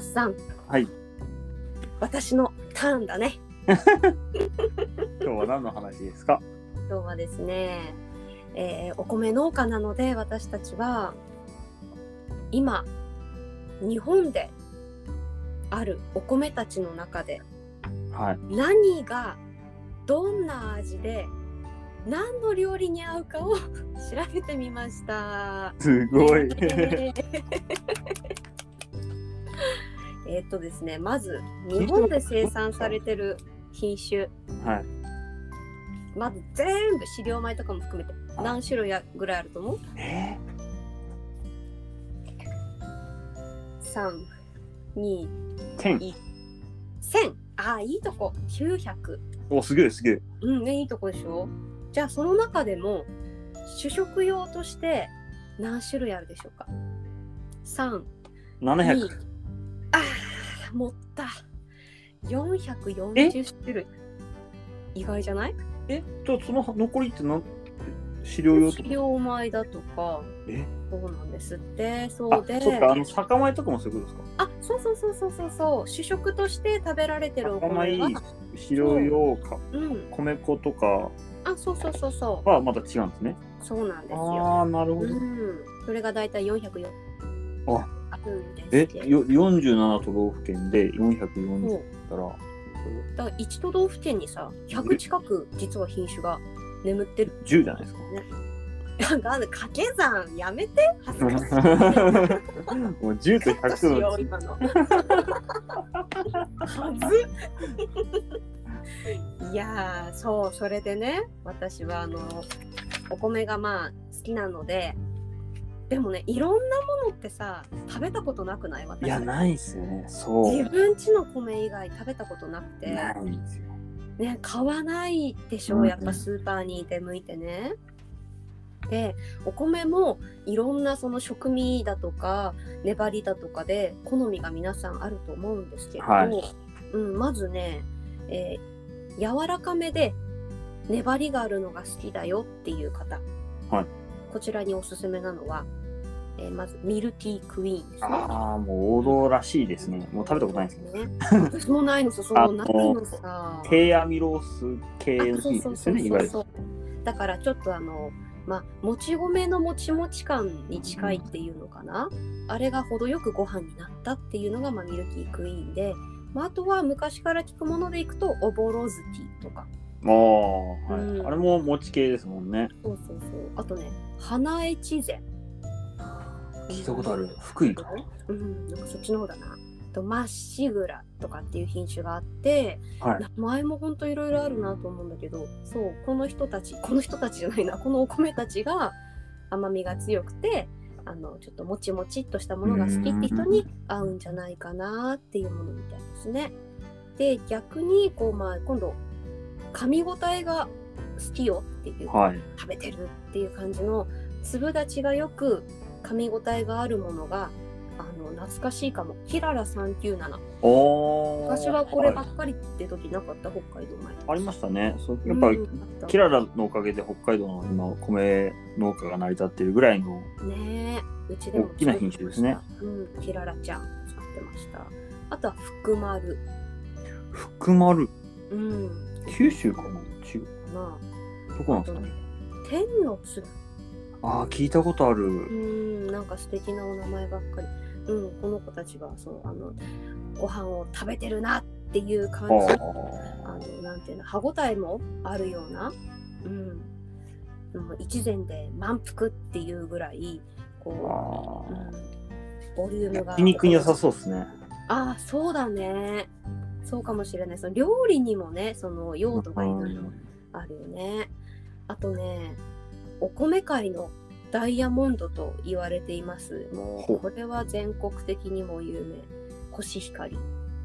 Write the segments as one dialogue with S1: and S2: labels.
S1: スさん
S2: はい。
S1: 私のターンだね
S2: 今日は何の話ですか。
S1: 今日はですね、えーお米農家なので私たちは今日本であるお米たちの中で
S2: はい。
S1: 何がどんな味で何の料理に合うかを 調べてみました。
S2: す ごい。
S1: えーっとですねまず日
S2: 日
S1: 本
S2: 本
S1: で
S2: で
S1: 生
S2: 生
S1: 産
S2: 産
S1: さ
S2: さ
S1: れ
S2: れ
S1: てる品種
S2: はい。
S1: まず全部飼料米とかも含めて何種類やぐらいあると思う
S2: え
S1: ?321
S2: ー、天。
S1: 0ああいいとこ900
S2: お、すげえすげえ。
S1: うんねいいとこでしょじゃあその中でも主食用として何種類あるでしょうか3
S2: 七
S1: 2
S2: 百。
S1: あー持った440種類意外じゃない
S2: え、ちょその残りってな資料用と
S1: 飼
S2: か。
S1: 料米だとか
S2: え、
S1: そうなんですってそ
S2: あ
S1: うで、
S2: そっかあの酒米とかもそういうことです
S1: あそうそうそうそうそうそう主食として食べられてるお
S2: か。
S1: 米は
S2: 酒米、資料用か
S1: うん
S2: 米粉とか
S1: あそうそうそうそ
S2: はまた違うんですね。
S1: うそうなんですよ
S2: ああ、なるほ
S1: う
S2: ど。
S1: んそれがだいたい404
S2: あ
S1: あるんです
S2: え
S1: け、ど
S2: よ四十七都道府県で四百四
S1: そ
S2: 十
S1: う
S2: たら。
S1: だから1都道府県にさ100近く実は品種が眠ってる
S2: 10じゃない です
S1: な
S2: か。
S1: んかあの掛け算やめて恥ずかしい
S2: もう10と
S1: カットし
S2: 100
S1: よ
S2: の
S1: う今のはずいやーそうそれでね私はあのお米がまあ好きなのででもねいろんなものってさ食べたことなくない私
S2: いや、ないっすよね。そう。
S1: 自分ちの米以外食べたことなくて
S2: ないんですよ。
S1: ね買わないでし
S2: うん
S1: ょ
S2: うん
S1: やっぱスーパーに出向いてね。でお米もいろんなその食味だとか粘りだとかで好みが皆さんあると思うんですけれど、
S2: はい
S1: うん、まずね、えー柔らかめで粘りがあるのが好きだよっていう方、
S2: はい
S1: こちらにおすすめなのは、えーまずミルティークイーンですね。
S2: ああ、もう王道らしいですね。もう食べたことないんですけど。
S1: ね。私もないのさ、そのないのさ。
S2: 低アミロース系
S1: あ
S2: の
S1: そう
S2: 品
S1: そう
S2: 種です
S1: そ
S2: よね、いわゆ
S1: う
S2: る。
S1: そうだからちょっとあのまあもち米のもちもち感に近いっていうのかな、あれが程よくご飯になったっていうのが、まあ、ミルキークイーンで、まあ、あとは昔から聞くものでいくとオボロズティとか
S2: ああ、はい
S1: うん
S2: あれも餅系ですもんね。
S1: そうそうそうあとね花越前
S2: 聞いたことある。福井か。
S1: うんなんかそっちの方だなあとまっしぐらとかっていう品種があって
S2: はい。
S1: 名前もほんといろいろあるなと思うんだけどそうこの人たちこの人たちじゃないなこのお米たちが甘みが強くてあのちょっともちもちっとしたものが好きって人に合うんじゃないかなっていうものみたいですね。で逆にこう、まあ、今度噛み応えが好きよっていう
S2: はい。
S1: 食べてるっていう感じの粒立ちがよく噛み応えがあるものがあの懐かしいかもキララ397。
S2: おー
S1: 昔はこれば
S2: い
S1: っかりって時なかった北海道前
S2: ありましたね。そうやっぱり、
S1: うん
S2: キララのおかげで北海道の今、米農家が成り立ってるぐらいの。
S1: ねえうちでも
S2: 大きな品種ですね
S1: うんキララちゃん使ってましたあとは福丸
S2: 福丸。
S1: うん
S2: 九州かな違う。
S1: ま
S2: どこなんですかね。
S1: あ天のつ
S2: ああ、聞いたことあ
S1: う
S2: る。
S1: んなんか素敵なお名前ばっかりうんこの子たちがそうあのご飯を食べてるなっていう感
S2: あ
S1: じ
S2: あ。
S1: あのなんていうの歯ごたえもあるような、うん、もう一膳で満腹っていうぐらいこ
S2: あ
S1: う、う
S2: ー
S1: ん、ボリュームが
S2: 焼肉に良さそうですね。
S1: ああそうだねそうかもしれないその料理にもねその用途がいろいろあるよねあとねお米界のダイヤモンドと言われていますも
S2: ほ
S1: う
S2: う
S1: これは全国的にも有名コシヒカリ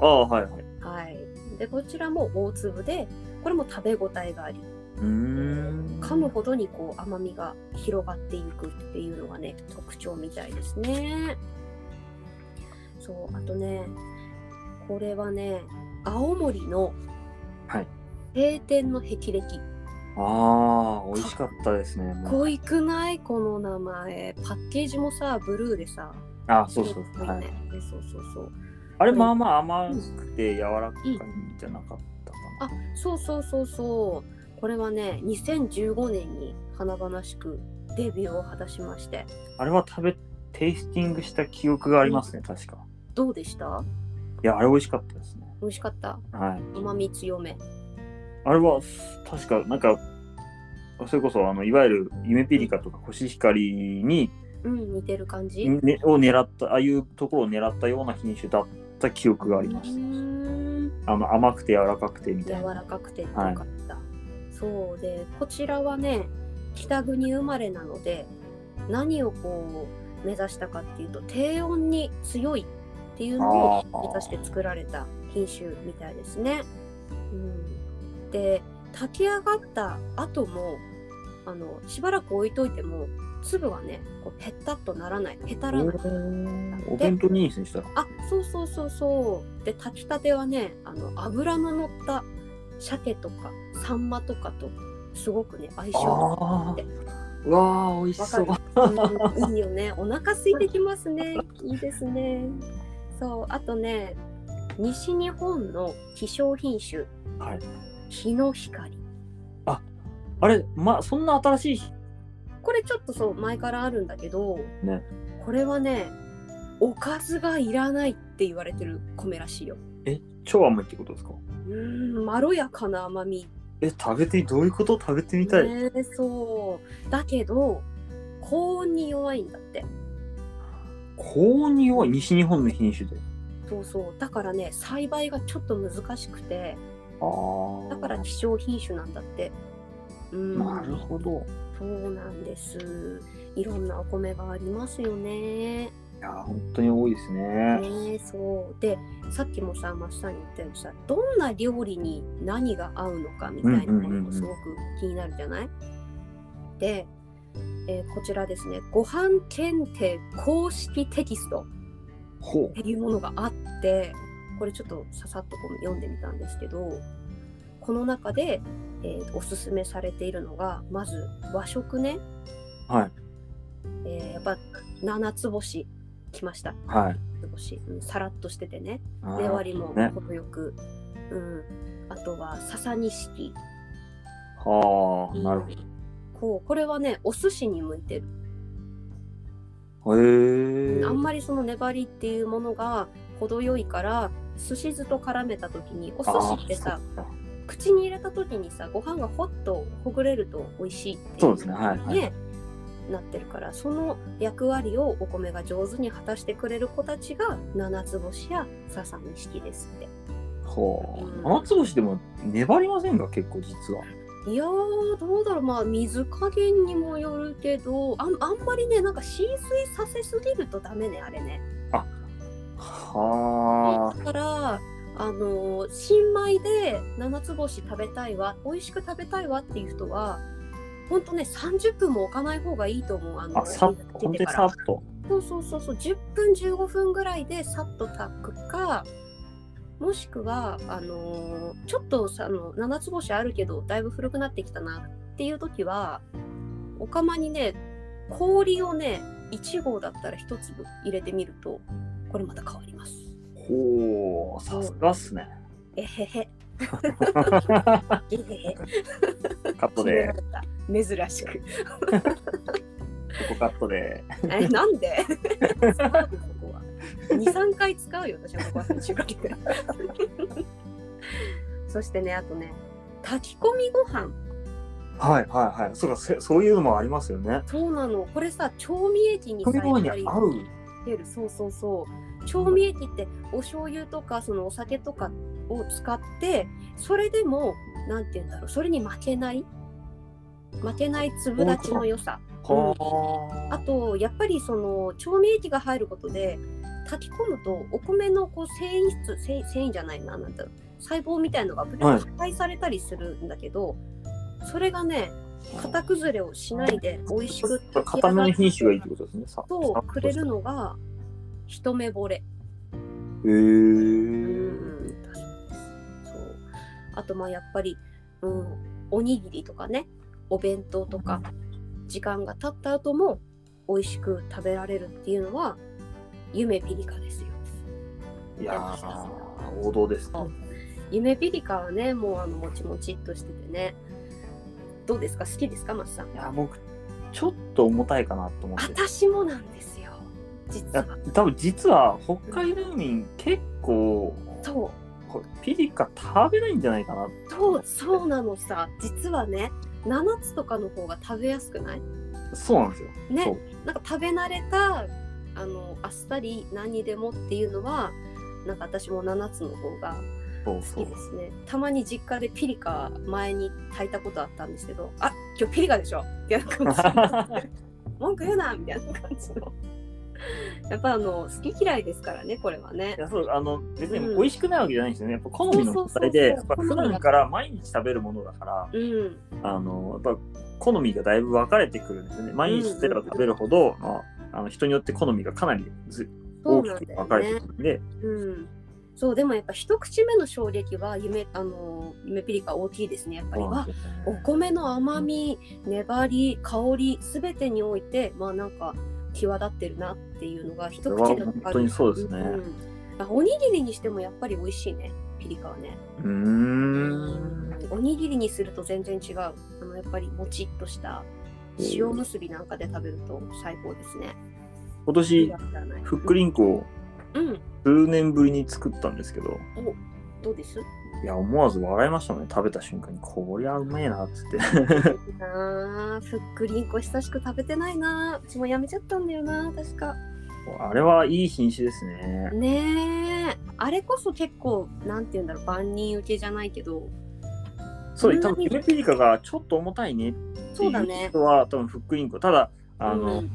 S2: ああ、はいはい。
S1: はいでこちらも大粒でこれも食べ応えがあり
S2: うーん。
S1: 噛むほどにこう甘みが広がっていくっていうのがね特徴みたいですねそうあとねこれはね青森の
S2: はい
S1: 晴天の霹靂
S2: ああ、美味しかったです
S1: か
S2: ね。
S1: っ
S2: もう
S1: こいくないこの名前パッケージもさブルーでさ
S2: あそうそう
S1: かっこいい
S2: はい
S1: ね、。でそうそうそう
S2: ああれまあまあ甘くて柔らかいんじゃなかったかな。
S1: あそうそうそうそうこれはね2015年に華々しくデビューを果たしまして
S2: あれは食べ、テイスティングした記憶がありますね、確か。
S1: どうでした
S2: いや、あれ美味しかったですね。
S1: 美味しかった
S2: はい。
S1: 甘み強め
S2: あれは、確か、なんか、それこそ、あの、いわゆる、夢ピリカとかコシヒカリに、
S1: うん似てる感じ
S2: ね、を狙った、ああいうところを狙ったような品種だった記憶がありま
S1: う
S2: す。
S1: ーん
S2: あの、甘くて柔らかくてみたい
S1: 柔
S2: な。
S1: らかくてよかった、そうでこちらはね北国生まれなので何をこう目指したかっていうと低温に強いっていうの
S2: あー
S1: を目指して作られた品種みたいですね。うん、で炊き上がった後もあのしばらく置いといても粒はねこうペッタッとならないペタらない。
S2: お弁当にいいですね、したら。
S1: あそうそうそうそうで炊きたてはねあの油の乗った鮭とかサンマとかとすごくね相性があって
S2: うわー、美味しそう。
S1: うんいいよねお腹空いてきますねいいですねそうあとね西日本の希少品種
S2: はい。
S1: 日の光
S2: あれ、まあ、そんな新しい日
S1: これちょっとそう前からあるんだけど、
S2: ね
S1: これはねおかずがいらないって言われてる米らしいよ
S2: え、超甘いってことですか
S1: うーんまろやかな甘み
S2: え、食べて、どういうこと食べてみたい。
S1: ねえそうだけど高温に弱いんだって
S2: 高温に弱い、西日本の品種で。
S1: そうそうだからね栽培がちょっと難しくて
S2: あー
S1: だから希少品種なんだってうん
S2: なるほど。
S1: そうなんですいろんなお米がありますよね
S2: いやー、本当に多いですね。
S1: ねえそうでさっきもさまっさんに言ったようにさどんな料理に何が合うのかみたいな
S2: うんうんうん
S1: の
S2: う
S1: も
S2: ん
S1: すごく気になるじゃない、で、えーこちらですねご飯検定公式テキスト
S2: ほ
S1: っていうものがあってこれちょっとささっとこう読んでみたんですけどこの中で、えーおすすめされているのがまず和食ね、
S2: う。はい。
S1: えーやっぱ七つ星きました
S2: はい。
S1: 七つ星、うんさらっとしててね
S2: あー
S1: で割りも
S2: ね。
S1: 程よく、うん、あとは笹錦
S2: はあ、なるほ
S1: こうこれはねお寿司に向いてる、
S2: ど。へえ。
S1: あんまりその粘りっていうものが程よいから寿司酢と絡めた時にお寿司ってさ
S2: あー。
S1: 口に入れた時にさご飯がほっとほぐれると美味しいってい
S2: そうですねはいはい
S1: ねなってるからその役割をお米が上手に果たしてくれる子たちが七つ星や笹錦ですって。
S2: ほ
S1: うん
S2: う。七つ星でも粘りませんか結構実は。
S1: いやーどうだろうまあ水加減にもよるけどあんあんまりねなんか浸水させすぎるとダメねあれね。
S2: は
S1: だからあのー新米で七つ星食べたいわ美味しく食べたいわっていう人はほんとね30分も置かない方がいいと思うあ
S2: あ。
S1: の
S2: あ、さっと、
S1: 火
S2: 本
S1: にかけて
S2: 当に
S1: か
S2: さ
S1: ら
S2: っと。
S1: そうそうそうそう10分15分ぐらいでさっと炊くかもしくはあのーちょっとさあの七つ星あるけどだいぶ古くなってきたなっていう時はお釜にね氷をね1合だったら1粒入れてみるとこれまた変わります。
S2: ほう、さすがっすね。
S1: えへへ。
S2: カ
S1: えへへ。
S2: ット で、
S1: 珍しく。
S2: ここカットで。
S1: え、なんで使うのここは。2、3回使うよ、私はここは中華圏そしてね、あとね、炊き込みご飯。
S2: はいはいはい。そうか、せそういうのもありますよね。
S1: そうなの。これさ、調味液に
S2: 飛
S1: さ
S2: び
S1: や
S2: 声
S1: っ
S2: に
S1: ぱり
S2: 合う。
S1: 入れる。そうそうそう。調味液ってお醤油とかそのお酒とかを使って、それでも、なんて言うんだろう、それに負けない負けない粒立ちの良さ。
S2: は
S1: あとやっぱりその調味液が入ることで炊き込むとお米のこう繊維質繊維繊維じゃないななんだろう細胞みたいのがブル
S2: はい
S1: 破壊されたりするんだけど、それがね型崩れをしないで美味しく
S2: あ。固めの品種がいいってことですね。さ
S1: とくれるのが一目惚れ。
S2: へ
S1: う
S2: ー。
S1: ん確かにそうあとまあやっぱり、うん、おにぎりとかねお弁当とか時間が経った後も美味しく食べられるっていうのは夢ピリカですよ。
S2: いやー、王道ですね。
S1: 夢ピリカはねもうあのもちもちっとしててねどうですか好きですかマスさん
S2: いや、僕、ちょっと重たいかなと思って。
S1: 私もなんですよ実は
S2: 多分実は、北海道民結構、
S1: そう
S2: こピリカ食べないんじゃないかな
S1: そうそう
S2: う
S1: なのさ実はね7つとかの方が食べやすくない
S2: そうなんですよ。
S1: ね
S2: そう
S1: なんか食べ慣れたあのあっさり何にでもっていうのはなんか私も7つの方が
S2: そうそ
S1: 好
S2: う
S1: きですねたまに実家でピリカ前に炊いたことあったんですけど「あ今日ピリカでしょ」っていう感じ 文句言うなみたいな感じの やっぱあの好き嫌いですからねこれはね
S2: いやそうあの別に
S1: うん
S2: 美味しくないわけじゃないんですよね、やっぱ好みの
S1: そう
S2: 問
S1: そうそうそう
S2: 題で、やっぱ
S1: 好み
S2: 普
S1: が
S2: 段から毎日食べるものだから、
S1: うん
S2: あのやっぱ好みがだいぶ分かれてくるんですよね。毎日食べれば食べるほど、まあ、あの人によって好みがかなりず
S1: そう
S2: 大
S1: なん
S2: き
S1: だ
S2: く分
S1: よ
S2: かれて
S1: ね
S2: くるんで、
S1: うんそうでもやっぱ一口目の衝撃は夢あの夢ピリカ大きいですねやっぱり
S2: そうな
S1: わ
S2: んですよね
S1: お米の甘み粘り香り全てにおいてまあなんか際立ってるなっていうのが一
S2: それは
S1: 口でわ
S2: 本
S1: か
S2: 当
S1: る
S2: にそうですね。
S1: うんあおにぎりにしてもやっぱり美味しいねピリカはね
S2: うーん。
S1: おにぎりにすると全然違うあのやっぱりもちっとした塩むすびなんかで食べると最高ですね
S2: 今年、ふ
S1: ふ
S2: っくりんこを
S1: うん
S2: 数年ぶりに作ったんですけど、
S1: どうです
S2: いや、思わず笑いましたね。食べた瞬間に、こりゃうめえな、っつって。
S1: なあふっくりんこ久しく食べてないなうちもやめちゃったんだよな確か
S2: あれはいい品種ですね。
S1: ねえあれこそ結構なんて言うんだろう万人受けじゃないけど
S2: そ
S1: そ
S2: う、
S1: んな
S2: 多分
S1: に
S2: ヒメピリカがちょっと重たいねって
S1: そ
S2: いう
S1: だね
S2: う人は、多分フックインコ。ただ、あ
S1: う
S2: の、
S1: ん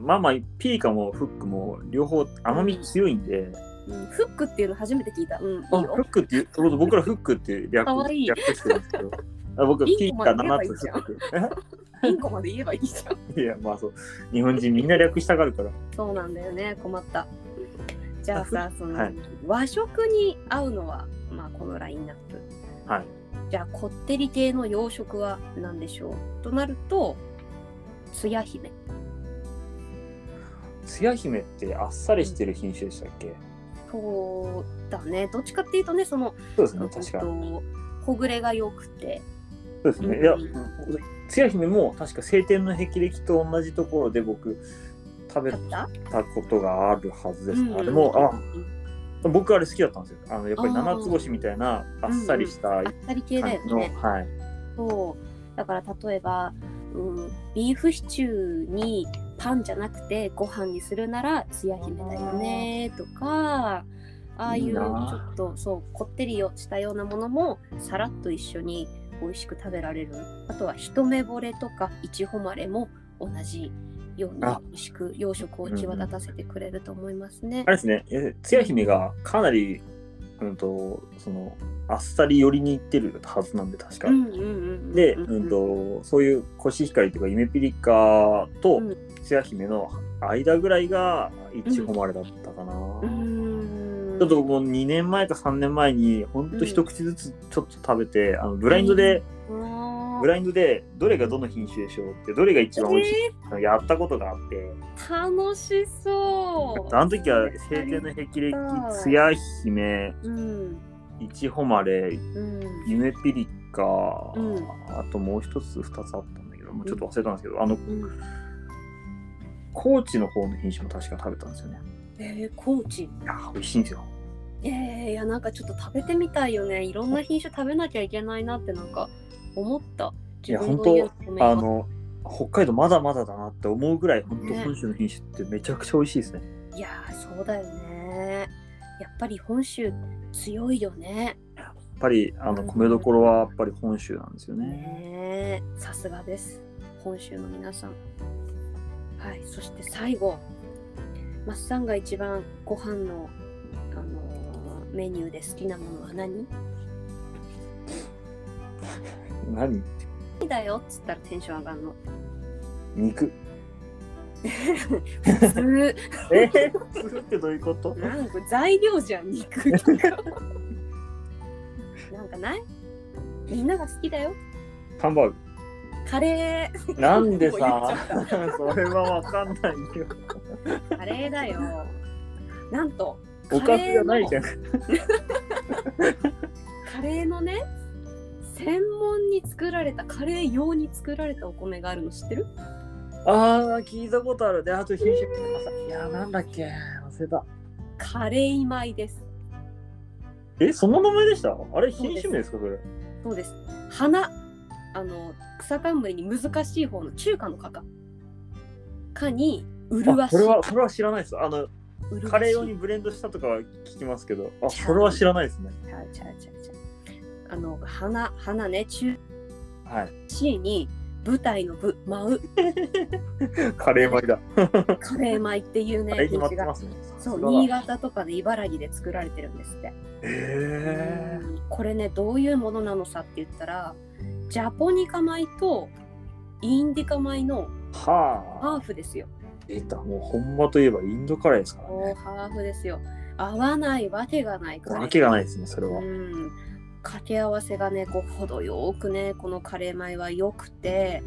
S2: まあまあ、ピリカもフックも両方甘み強いんで、
S1: うんフックっていうの初めて聞いたうんい
S2: あ
S1: い
S2: フ
S1: よ
S2: ックっていう、僕僕らフックっていう略
S1: かわいい
S2: 略してるんですけど、あ僕、
S1: イ
S2: ピ
S1: ン
S2: リ
S1: コ
S2: カ
S1: まで言えばい
S2: 7
S1: い
S2: つ
S1: じゃん
S2: フック。え
S1: インコまで言えばいいじゃん
S2: いや、まあそう、日本人みんな略したがるから。
S1: そうなんだよね困ったじゃあさその、
S2: はい
S1: 和食に合うのはまあこのラインナップ
S2: はい。
S1: じゃあこってり系の洋食は何でしょうとなるとつや姫
S2: つや姫ってあっさりしてる品種でしたっけ、
S1: そうだねどっちかっていうとねその
S2: そうです
S1: え
S2: ね、
S1: っ
S2: 確
S1: と
S2: か。
S1: ほぐれが良くて
S2: そうですね。
S1: うん
S2: いや、つや姫も確か晴天の霹靂と同じところで僕、食べ
S1: 買った
S2: たことがあるはずです、ね
S1: うん
S2: あれもあ僕あれ好きだったんですよあのやっぱり
S1: あー
S2: 七つ星みたいなあっさりした
S1: あ
S2: 感
S1: っさり系だよ
S2: じの、
S1: ね
S2: はい
S1: そうだから例えば、うん、ビーフシチューにパンじゃなくてご飯にするならつや姫だよねとかああい
S2: いうい
S1: ち
S2: な
S1: ょっとそうこってりをしたようなものもさらっと一緒に美味しく食べられるあとは一目惚れとかいちほまれも同じように美
S2: あ
S1: 味しく洋食を際立たせてくれると思いますね
S2: あ。れですねえつや姫がかなりうんとそのあっさり寄りに行ってるはずなんで確か、
S1: うんうんうんうん
S2: で、うん、とそういうコシヒカリとかゆめピリカと
S1: うん
S2: つや姫の間ぐらいが一誉れだったかな、
S1: うーん
S2: ちょっと僕も2年前か3年前にほんと一口ずつちょっと食べて、あのブラインドで、
S1: あー
S2: ブラインドでどれがどの品種でしょうってどれが一番美味しいっていうのをやったことがあって、
S1: 楽しそう。
S2: あの時は「晴天の霹靂」「つや姫」
S1: うん。
S2: 「いちほまれ」
S1: うん。
S2: 「ゆめピリカ」
S1: うん
S2: あともう一つ二つあったんだけどもうちょっと忘れたんですけどあの
S1: うん
S2: 高知の方の品種も確か食べたんですよね
S1: えー、高知。
S2: いや美味しいんですよ
S1: えー、いや、なんかちょっと食べてみたいよね。いろんな品種食べなきゃいけないなって、なんか思った。
S2: いや
S1: 自分
S2: 本当
S1: 家の米が
S2: あの北海道まだまだだなって思うぐらい本当
S1: ね
S2: 本州の品種ってめちゃくちゃ美味しいですね
S1: いやー、そうだよね。やっぱり本州強いよね。
S2: やっぱりあの米どころはやっぱり本州なんですよね
S1: ねえさすがです本州の皆さんはいそして最後マスさんが一番ご飯のあのーメニューで好きなものは何
S2: 何
S1: 好きだよっつったらテンション上が るの
S2: 肉
S1: 普通
S2: え ー、するってどういうこと
S1: なんか材料じゃん肉 とかなんかないみんなが好きだよ
S2: ハンバーグ
S1: カレー
S2: なんで
S1: もう
S2: さ、 それはわかんないよ。
S1: カレーだよなんと
S2: おかずじゃないじゃん。
S1: カレーのね専門に作られたカレー用に作られたお米があるの知ってる
S2: ああ、聞いたことある。で、あと品種いやー、なんだっけ。忘れた。
S1: カレー米です
S2: え、その名前でしたあれ、品種名ですか、それ。
S1: そうです花あの草冠に難しい方の中華のかかかに
S2: あ
S1: 麗し
S2: これ
S1: い
S2: は、これは知らないです。あの、
S1: 麗しい
S2: カレー用にブレンドしたとかは聞きますけど、あ、それは知らないですね。
S1: ちゃうちゃうちゃうちゃうあの花花ね中
S2: はい。
S1: C に舞台の部舞う
S2: カレー米だ。
S1: カレー米っていう
S2: カ
S1: ね
S2: レーに
S1: 品
S2: まって
S1: 種
S2: ま
S1: が
S2: すね。
S1: そう新
S2: へ
S1: 潟とかで茨城で作られてるんですって
S2: え
S1: うんこれねどういうものなのさって言ったらジャポニカ米とインディカ米の
S2: ー。は
S1: ハー
S2: あ。
S1: フですよ。
S2: 出た。もう、ほんまといえばインドカレーですから
S1: お
S2: ね。
S1: ハーフですよ。合わないわけがないから。
S2: わけがないですね、それは
S1: う。ん。掛け合わせがねこう程よくねこのカレー米は良くて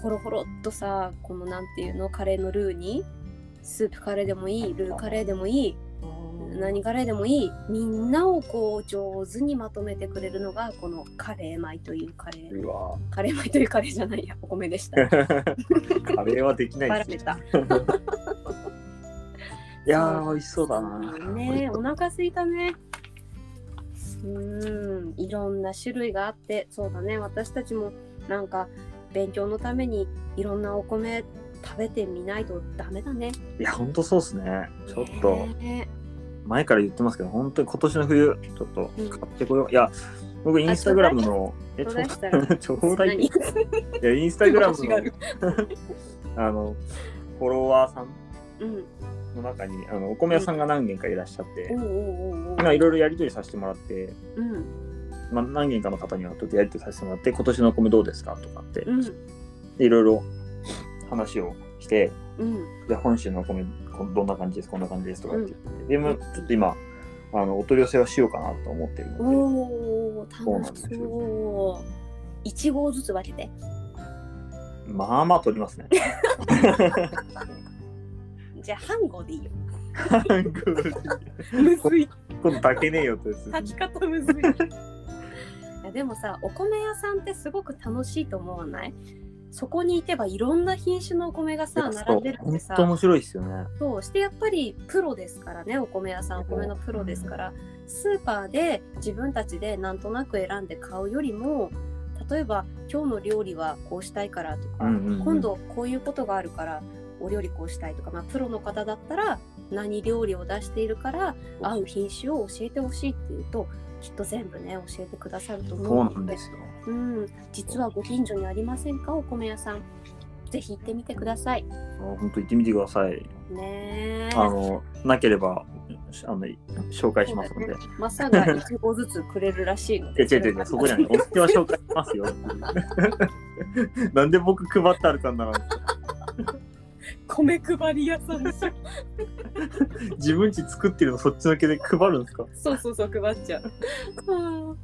S1: ほろほろっとさこのなんていうのカレーのルーにスープカレーでもいいルーカレーでもいい何カレーでもいいみんなをこう上手にまとめてくれるのがこのカレー米というカレー
S2: うわ
S1: カレー米というカレーじゃないやお米でし た。
S2: カレーはできな
S1: バ
S2: い
S1: ラ
S2: です
S1: け
S2: よ。
S1: た。
S2: いやー、美味しそうだな。
S1: ねお腹すいたね。うーん、いろんな種類があって、そうだね、私たちもなんか勉強のためにいろんなお米食べてみないとダメだね。
S2: いや、ほんとそうですね。ちょっと、
S1: ね
S2: 前から言ってますけど、本当に今年の冬、ちょっと買ってこよう。いや、僕、インスタグラムの、え、
S1: ち
S2: ち
S1: ょ
S2: ょ
S1: う
S2: う
S1: だ
S2: だ
S1: い
S2: い
S1: ちょうだいしたら、
S2: ちょ うだい。
S1: 何
S2: いや、インスタグラム
S1: 私 があ
S2: の
S1: る、
S2: あの、フォロワーさん
S1: うん。
S2: の中に、あの、お米屋さんが何軒かいらっしゃって、
S1: おうおうおうおう。
S2: 今いろいろやりとりさせてもらって、
S1: うん。
S2: まあ、何軒かの方にはちょっとやりとりさせてもらって、今年のお米どうですかとかって、
S1: うん。
S2: でいろいろ話をして、
S1: うん。
S2: で本州のお米こんどんな感じですこんな感じですとかって言って、でもちょっと今あのお取り寄せはしようかなと思ってるので
S1: おお、
S2: そうなん
S1: 楽
S2: で
S1: し
S2: すよ
S1: そう。一合ずつ分けて。
S2: まあまあ取りますね
S1: じゃあ半合でいいよ。
S2: むずい ことだけねえよってやつ
S1: 炊き方むずい。い やでもさお米屋さんってすごく楽しいと思わないそこに行けばいろんな品種のお米がさ並んでるって
S2: 本
S1: さ
S2: 当面白いですよね
S1: そうしてやっぱりプロですからねお米屋さんお米のプロですからスーパーで自分たちでなんとなく選んで買うよりも例えば今日の料理はこうしたいからとか、
S2: うんうんうん
S1: 今度こういうことがあるからお料理こうしたいとか、まあ、プロの方だったら何料理を出しているから合う品種を教えてほしいっていうときっと全部ね教えてくださると思
S2: そう
S1: う
S2: なんですよ
S1: うん、実はご近所にありませんかお米屋さんぜひ行ってみてください
S2: 本当行ってみてください
S1: ねえ
S2: あのなければあの紹介しますので
S1: マサが1合ずつくれるらしいの
S2: え
S1: で。
S2: 違う違う違うそこじ ゃないお店は紹介しますよ なんで僕配って歩かんなら
S1: 米配り屋さんでしょ。
S2: 自分ち作ってるのそっちのけで配るんですか
S1: そうそうそう、配っちゃう。